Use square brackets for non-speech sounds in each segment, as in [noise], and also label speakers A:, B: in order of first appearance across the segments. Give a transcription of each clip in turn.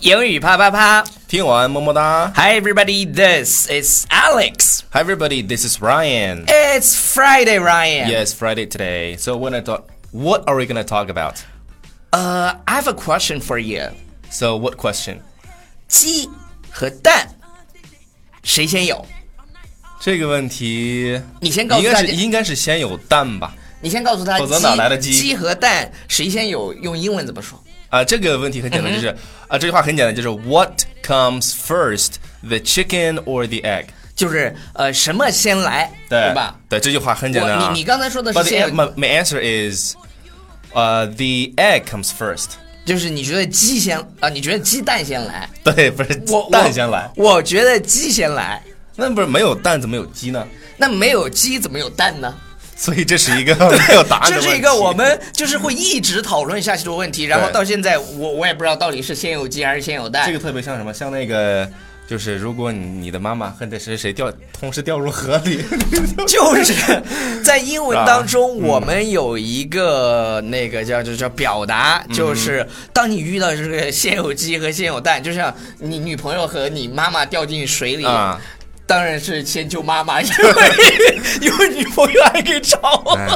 A: 英语啪啪啪
B: 听完么么哒
A: ！Hi everybody, this is Alex.
B: ！Hi everybody, this is Ryan.
A: It's Friday, Ryan.
B: Yes, Friday today. So when I talk, what are we gonna talk about?
A: Uh, I have a question for you.
B: So what question?
A: 鸡和蛋，谁先有？
B: 这个问题，
A: 你先告诉
B: 应该
A: 大
B: 是
A: 家
B: 应该是先有蛋吧？
A: 你先告诉他，
B: 否则哪来的鸡
A: 鸡和蛋谁先有？用英文怎么说？
B: 啊、这个问题很简单，就是啊、这句话很简单，就是 What comes first, the chicken or the egg？
A: 就是呃，什么先来，
B: 对
A: 吧？
B: 对，这句话很简单、啊。
A: 我你你刚才说的是
B: But the,
A: 先
B: an-
A: 有
B: my, my answer is, uh, the egg comes first. [laughs]
A: 就是你觉得鸡先啊、你觉得鸡蛋先来？
B: 对，不是
A: 我
B: 蛋先来，
A: 我，我觉得鸡先来。
B: 那不是没有蛋怎么有鸡呢？
A: 那没有鸡怎么有蛋呢？
B: 所以这是一个 [laughs] 没有答案的
A: 这
B: 问题。
A: 是一个我们就是会一直讨论下去的问题，然后
B: 对
A: 到现在我我也不知道到底是先有鸡还是先有蛋。
B: 这个特别像什么？像那个，就是如果你你的妈妈和那谁谁掉，同时掉入河里， [laughs]
A: 就是在英文当中，我们有一个那个叫就叫表
B: 啊
A: 达，
B: 嗯
A: 就是当你遇到这个先有鸡和先有蛋，就像你女朋友和你妈妈掉进水里，
B: 啊
A: 当然是先救妈妈，因为 [laughs] 因为女朋友还可以找我。
B: 哎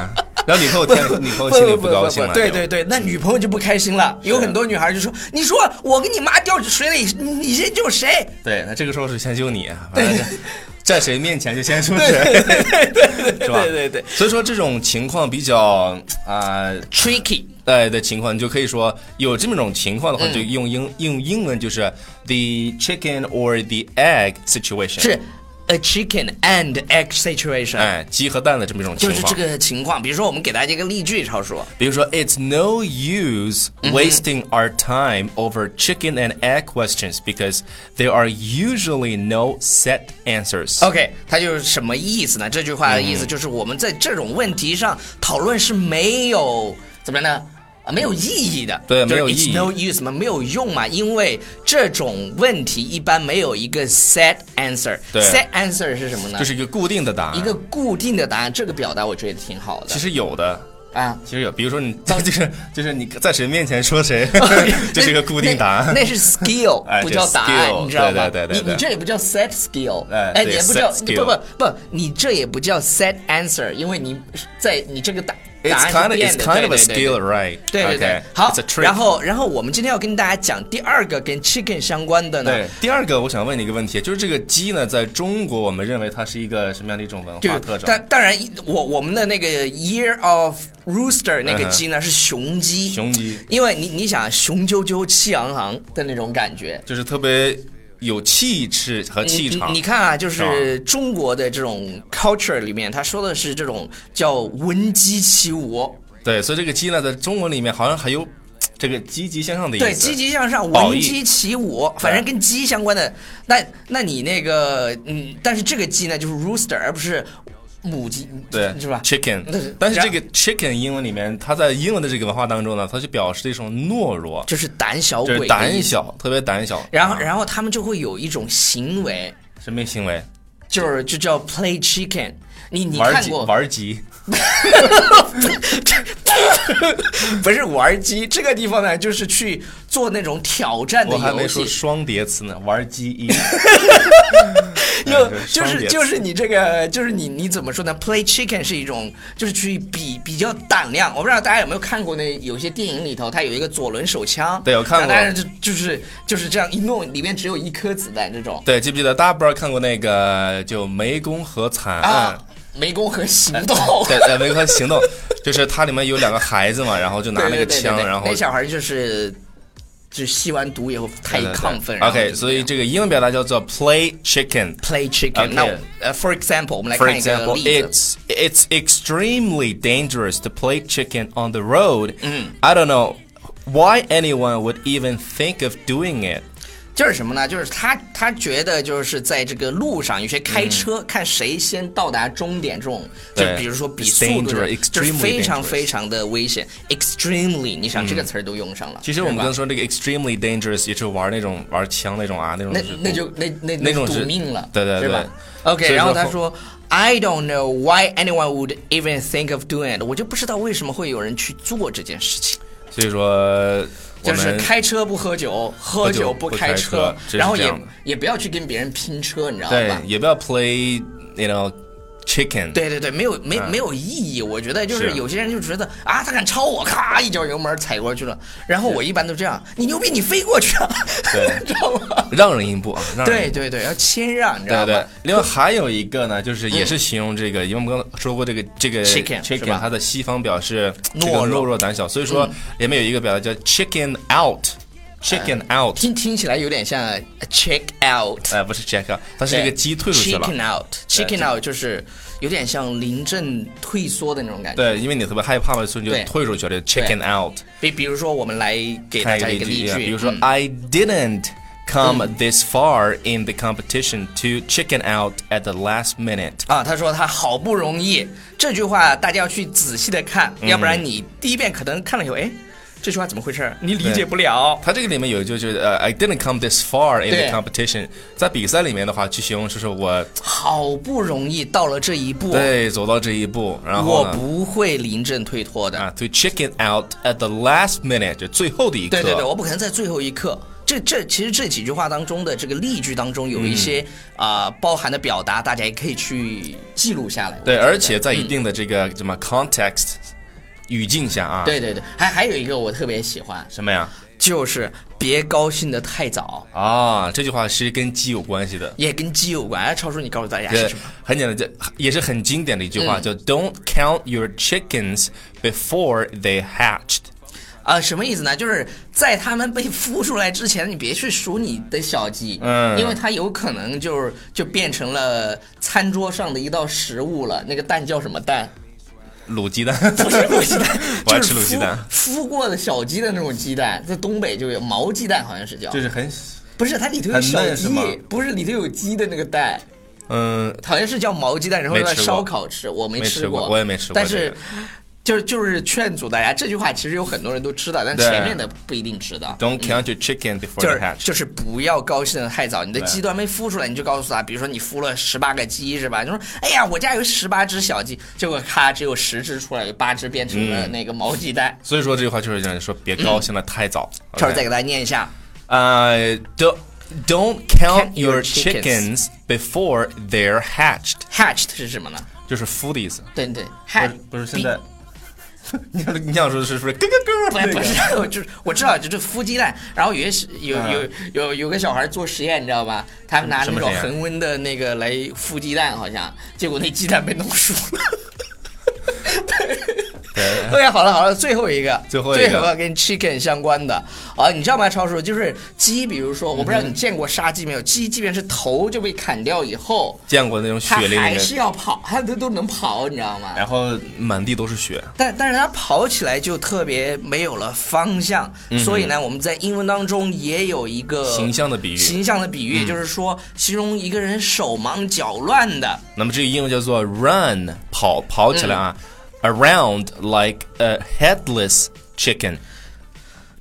B: 然后女朋友天，女朋友心里高兴了。
A: 对
B: 就
A: 对对，那女朋友就不开心了。有很多女孩就说：“你说我跟你妈掉水里，你你先救谁
B: 对，那这个时候是先救你，
A: [laughs]
B: 啊反正是在谁面前就先出谁，是吧？
A: 对对对。
B: 所以说这种情况比较啊。呃
A: ？”Tricky，
B: 呃的情况，你就可以说有这么种情况
A: 嗯
B: 的话，就用英用英文就是 the chicken or the egg situation，
A: 是 a chicken and egg situation。
B: 哎鸡和蛋的这么一种情
A: 就
B: 况。
A: 是这个情况。比如说，我们给大家一个例句，超叔。
B: 比如说，It's no use
A: Mm-hmm.
B: wasting our time over chicken and egg questions because there are usually no set answers。
A: OK，它就是什么意思呢？这句话的
B: 嗯
A: 意思就是我们在这种问题上讨论是没有怎么样呢？啊，没有意义的，
B: 对
A: 就是
B: 没有意义
A: It's no use 嘛，没有用嘛，因为这种问题一般没有一个 set answer。
B: 对
A: set answer 是什么呢？
B: 就是一个固定的答案。
A: 一个固定的答案。这个表达我觉得挺好的。嗯
B: 其实有的，
A: 啊，
B: 其实有，比如说你 [laughs] 就是就是你在谁面前说
A: [laughs]
B: 谁，这是一个固定答案
A: 那。那是 skill，
B: 哎
A: 不叫答案
B: 这，是
A: 你知道吗？
B: skill，对对对对对
A: 你你这也不叫 set skill，
B: 哎
A: 哎，你
B: 对
A: 也不叫
B: set
A: 你不不不，你这也不叫 set answer，因为你在你这个答答
B: It's
A: 案
B: kind
A: 是
B: of
A: 变
B: it's
A: 的，
B: kind
A: 对
B: of a
A: 对对
B: skill, right?
A: 对对
B: Okay.
A: 对，好
B: It's a，trick.
A: 然后然后我们今天要跟大家讲第二个跟 chicken 相关的呢，
B: 对，第二个我想问你一个问题，就是这个鸡呢，在中国我们认为它是一个什么样的一种文
A: 就
B: 化特征？
A: 当当然，我我们的那个 Year of Rooster 那个鸡呢、是雄鸡，
B: 嗯雄鸡
A: 因为你你想雄赳赳气昂昂的那种感觉，
B: 就是特别有气质和气
A: 你
B: 场。
A: 你看啊，就是是中国的这种 culture 里面，他说的是这种叫闻鸡起舞，
B: 对，所以这个鸡呢，在中文里面好像还有这个积极向上的意思。
A: 对，积极向上，
B: 褒
A: 闻
B: 义
A: 鸡起舞，反正跟鸡相关的。那那你那个，嗯，但是这个鸡呢，就是 rooster，而不是母鸡，
B: 对，
A: 是吧？那是
B: ？chicken，但是
A: 然
B: 这个 chicken 英文里面，它在英文的这个文化当中呢，它就表示一种懦弱，
A: 就是胆小
B: 就
A: 鬼，
B: 是胆。小，啊特别胆小。
A: 然后，
B: 后
A: 然后他们就会有一种行为，
B: 什么行为？
A: 就是就叫 play chicken。你你
B: 玩
A: 看
B: 鸡，
A: 过
B: 玩鸡，
A: 不是玩鸡这个地方呢，就是去做那种挑战的
B: 我还
A: 游
B: 没
A: 戏
B: 说。双叠词呢，玩
A: [laughs]
B: 鸡一。
A: 就
B: 哎
A: 就
B: 双
A: 是
B: 叠词
A: 就是你这个就是你你怎么说呢？Play chicken 是一种就是去比比较胆量。我不知道大家有没有看过那有些电影里头，它有一个左轮手枪，
B: 对我看过
A: 当然就就是就是这样一弄，里面只有一颗子弹这种
B: 对，记不记得？大家不知道看过那个就《湄公河惨案》
A: 啊，湄公河行动。 [laughs]
B: 对，嗯呃，《湄公河行动》就是它里面有两个孩子嘛，然后就拿那
A: 对对
B: 个
A: 对
B: 枪，
A: 对对
B: 然后
A: 那小孩就是就吸完毒以后太
B: 对对对
A: 亢奋。然后
B: OK，
A: 就
B: 所以这个英文表达叫做 play chicken。
A: play chicken。
B: OK
A: 那我呃，for example，我们来
B: For
A: 看一个
B: example,
A: 例子。
B: it's it's extremely dangerous to play chicken on the road.
A: Mm.
B: I don't know why anyone would even think of doing it.
A: 就是什么呢？就是他他觉得就是在这个路上，有些开车、看谁先到达终点这种，就
B: 嗯对
A: 比如说比
B: It's
A: 速度的
B: dangerous,
A: 就是非常
B: extremely dangerous
A: 非常的危险。Extremely，你想这个词儿都用上了。
B: 其实我们
A: 对
B: 刚
A: 吧
B: 刚说这个 extremely dangerous 也是玩那种玩枪那种啊，那种
A: 那
B: 是
A: 那就那那
B: 那种
A: 赌
B: 是
A: 命了，
B: 对对
A: 是吧
B: 对
A: ？OK，
B: 所以
A: 然后他
B: 说
A: 说，I don't know why anyone would even think of doing it。我就不知道为什么会有人去做这件事情。
B: 所以说我
A: 就是
B: 们
A: 开车不喝酒，喝
B: 酒
A: 不
B: 不
A: 开
B: 开车真是
A: 然后
B: 这
A: 也
B: 样的
A: 也不要去跟别人拼车，你知道
B: 对
A: 吧，？
B: 也不要 play you know chicken。
A: 对对对，没有没没有意义，我觉得就是
B: 嗯是
A: 有些人就觉得啊，他敢超我，咔一脚油门踩过去了。然后我一般都这样，你牛逼，你飞过去啊， [laughs]
B: 对
A: 知道吗？
B: 让人一步啊，让人一步
A: 对对对，要谦让，你知道
B: 对对
A: 吧？，
B: 另外还有一个呢，就是也是形容这个，因为我们刚刚说过这个这个
A: 嗯 Chicken，是吧
B: 它的西方表示
A: 懦
B: 这个
A: 弱嗯
B: 懦弱胆小，所以说里面有一个表达叫 chicken
A: 呃
B: out，chicken out，
A: 听听起来有点像呃 check out。
B: 哎，不是 check out，它是这个鸡退出去了
A: Chicken，out，chicken out 就是有点像临阵退缩的那种感觉。
B: 对，因为你特别害怕嘛，所以你
A: 对
B: 就退出去了，chicken out。
A: 比比如说，我们来给大
B: 看
A: 家一
B: 一
A: 个
B: 个
A: 例
B: 例
A: 句，
B: 句，啊比如说
A: 嗯
B: I didn't come this far in the competition to chicken out at the last minute。
A: 啊，他说他好不容易，这句话大家要去仔细的看，要不
B: 嗯
A: 然你第一遍可能看了以后，哎，这句话怎么回事儿？你理解不了。
B: 它这个里面有一句就是呃、i didn't come this far in
A: 对
B: the competition，在比赛里面的话，去形容就是我
A: 好不容易到了这一步，
B: 对走到这一步，然后
A: 我
B: 呢
A: 不会临阵退脱的。
B: 啊，to chicken out at the last minute，就最后的一
A: 对
B: 刻。
A: 对对，我不可能在最后一刻。这这其实这几句话当中的这个例句当中有一
B: 嗯
A: 些啊、包含的表达，大家也可以去记录下来。
B: 对而且在一定的这个什么 context、语境下啊，
A: 嗯对对对，还还有一个我特别喜欢，
B: 什么呀？
A: 就是别高兴的太早，
B: 啊，这句话是跟鸡有关系的。
A: 也跟鸡有关。哎，超叔，你告诉大家是嗯
B: 对
A: 什么？，
B: 很简单，这也是很经典的一句话，叫 "Don't count your chickens before they hatched"。
A: 啊、什么意思呢？就是在他们被孵出来之前，你别去数你的小鸡，
B: 嗯
A: 因为它有可能就是就变成了餐桌上的一道食物了。那个蛋叫什么蛋？
B: 卤
A: [laughs]
B: 鸡蛋，，
A: 不是卤鸡蛋
B: [laughs] 我爱
A: 就是
B: 吃卤鸡蛋
A: 孵孵过的小鸡的那种鸡蛋，在东北就有毛鸡蛋，好像是叫，
B: 就是很，
A: 不是它里头有
B: 很
A: 小
B: 嫩
A: 鸡
B: 是吗，
A: 不是里头有鸡的那个蛋。
B: 嗯，
A: 好像是叫毛鸡蛋，然后
B: 没
A: 在
B: 吃过
A: 烧烤吃，我没
B: 没吃
A: 过，
B: 过我也没吃过
A: 但
B: 这
A: 是
B: 个，
A: 就是就是劝阻大家，这句话其实有很多人都知道，但
B: 对
A: 前面的不一定知道。
B: Don't count your chicken before
A: 就
B: they
A: 是
B: hatch。
A: 就是不要高兴的太早，你的鸡都还没孵出来，你就告诉他，比如说你孵了十八个鸡是吧？你说，哎呀，我家有十八只小鸡，结果咔只有十只出来，有八只变成了那个毛鸡蛋。
B: 所以说这句话就是让人说别高兴的太早。
A: 这儿再给大家念一下，
B: 呃，Don't Don't count
A: Count your
B: your chickens before they're hatched，
A: hatched 是什么呢？
B: 就是孵的意思。
A: 对对，hatch
B: 在。你想 [laughs] 你想说是不是咯
A: [laughs]
B: 咯咯？
A: 不不是，我就是我知道，就是孵鸡蛋。然后有些有有有有个小孩做实验，你知道吧？他们拿
B: 啊什
A: 那
B: 么
A: 种
B: 实验
A: 恒温的那个来孵鸡蛋，好像结果那鸡蛋被弄熟了。
B: 对 [laughs]
A: 对，好了好了，最后一个，
B: 最后一个
A: 跟 chicken 相关的啊，你知道吗？超叔，就是鸡，比如说，我不
B: 嗯
A: 知道你见过杀鸡没有？鸡即便是头就被砍掉以后，
B: 见过那种
A: 它
B: 血淋淋
A: 还
B: 的，
A: 是要跑， [laughs] 它都都能跑，你知道吗？
B: 然后满地都是血。
A: 但但是它跑起来就特别没有了方向，所以呢，我们在英文当中也有一个
B: 嗯形象的比喻嗯
A: 形象的比喻，就是说形容一个人手忙脚乱的。
B: 那么这个英文叫做 run，跑跑起来啊、a
A: Mm.
B: r o u n d like a headless chicken，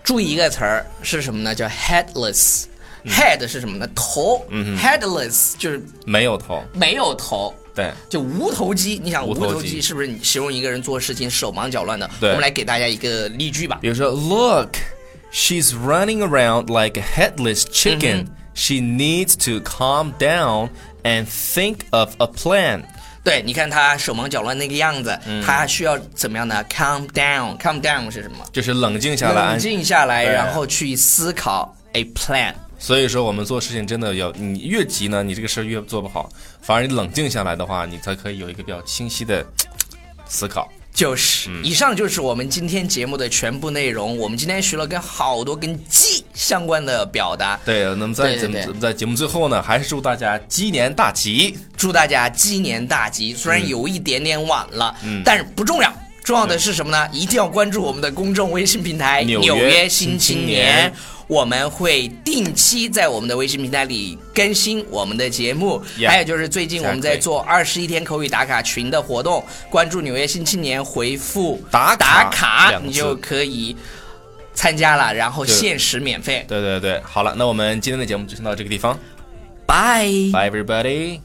A: 注意一个词儿是什么呢？叫 headless。head
B: 嗯
A: 是什么呢？头。headless 就是
B: 没有头。
A: 没有头。
B: 对，
A: 就无头鸡，你想无
B: 无头鸡
A: 头鸡是不是你形容一个人做事情手忙脚乱的？我
B: 对
A: 们来给大家一个例句吧。
B: 比如说，Look，she's running around like a headless chicken、She
A: Mm-hmm.
B: needs to calm down and think of a plan。
A: 对，你看他手忙脚乱那个样子，
B: 嗯
A: 他需要怎么样呢？Calm down，calm down 是什么？
B: 就是冷静下来，
A: 冷静下来，
B: 对
A: 然后去思考 a plan。
B: 所以说，我们做事情真的要，你越急呢，你这个事儿越做不好。反而你冷静下来的话，你才可以有一个比较清晰的思考。
A: 就是，
B: 嗯
A: 以上就是我们今天节目的全部内容。我们今天学了跟好多跟鸡相关的表达，
B: 对，那么
A: 对
B: 在
A: 对
B: 节目
A: 对
B: 在节目最后呢，还是祝大家鸡年大吉。
A: 祝大家鸡年大
B: 嗯
A: 吉。虽然有一点点晚了，但是不重要。重要的是什么呢？一定要关注我们的公众微信平台《
B: 纽
A: 纽
B: 约
A: 约新
B: 新
A: 青
B: 青
A: 年》
B: 年
A: 我们会定期在我们的微信平台里更新我们的节目。
B: Yeah，
A: 还有就是最近我们在
B: exactly
A: 做二十一天口语打卡群的活动，关注《纽约新青年》，回复
B: 打卡
A: 打卡
B: 两，个
A: 你
B: 字
A: 就可以参加了，然后
B: 对
A: 限时免费。
B: 对对对，好了，那我们今天的节目就先到这个地方。
A: 拜。
B: Bye everybody.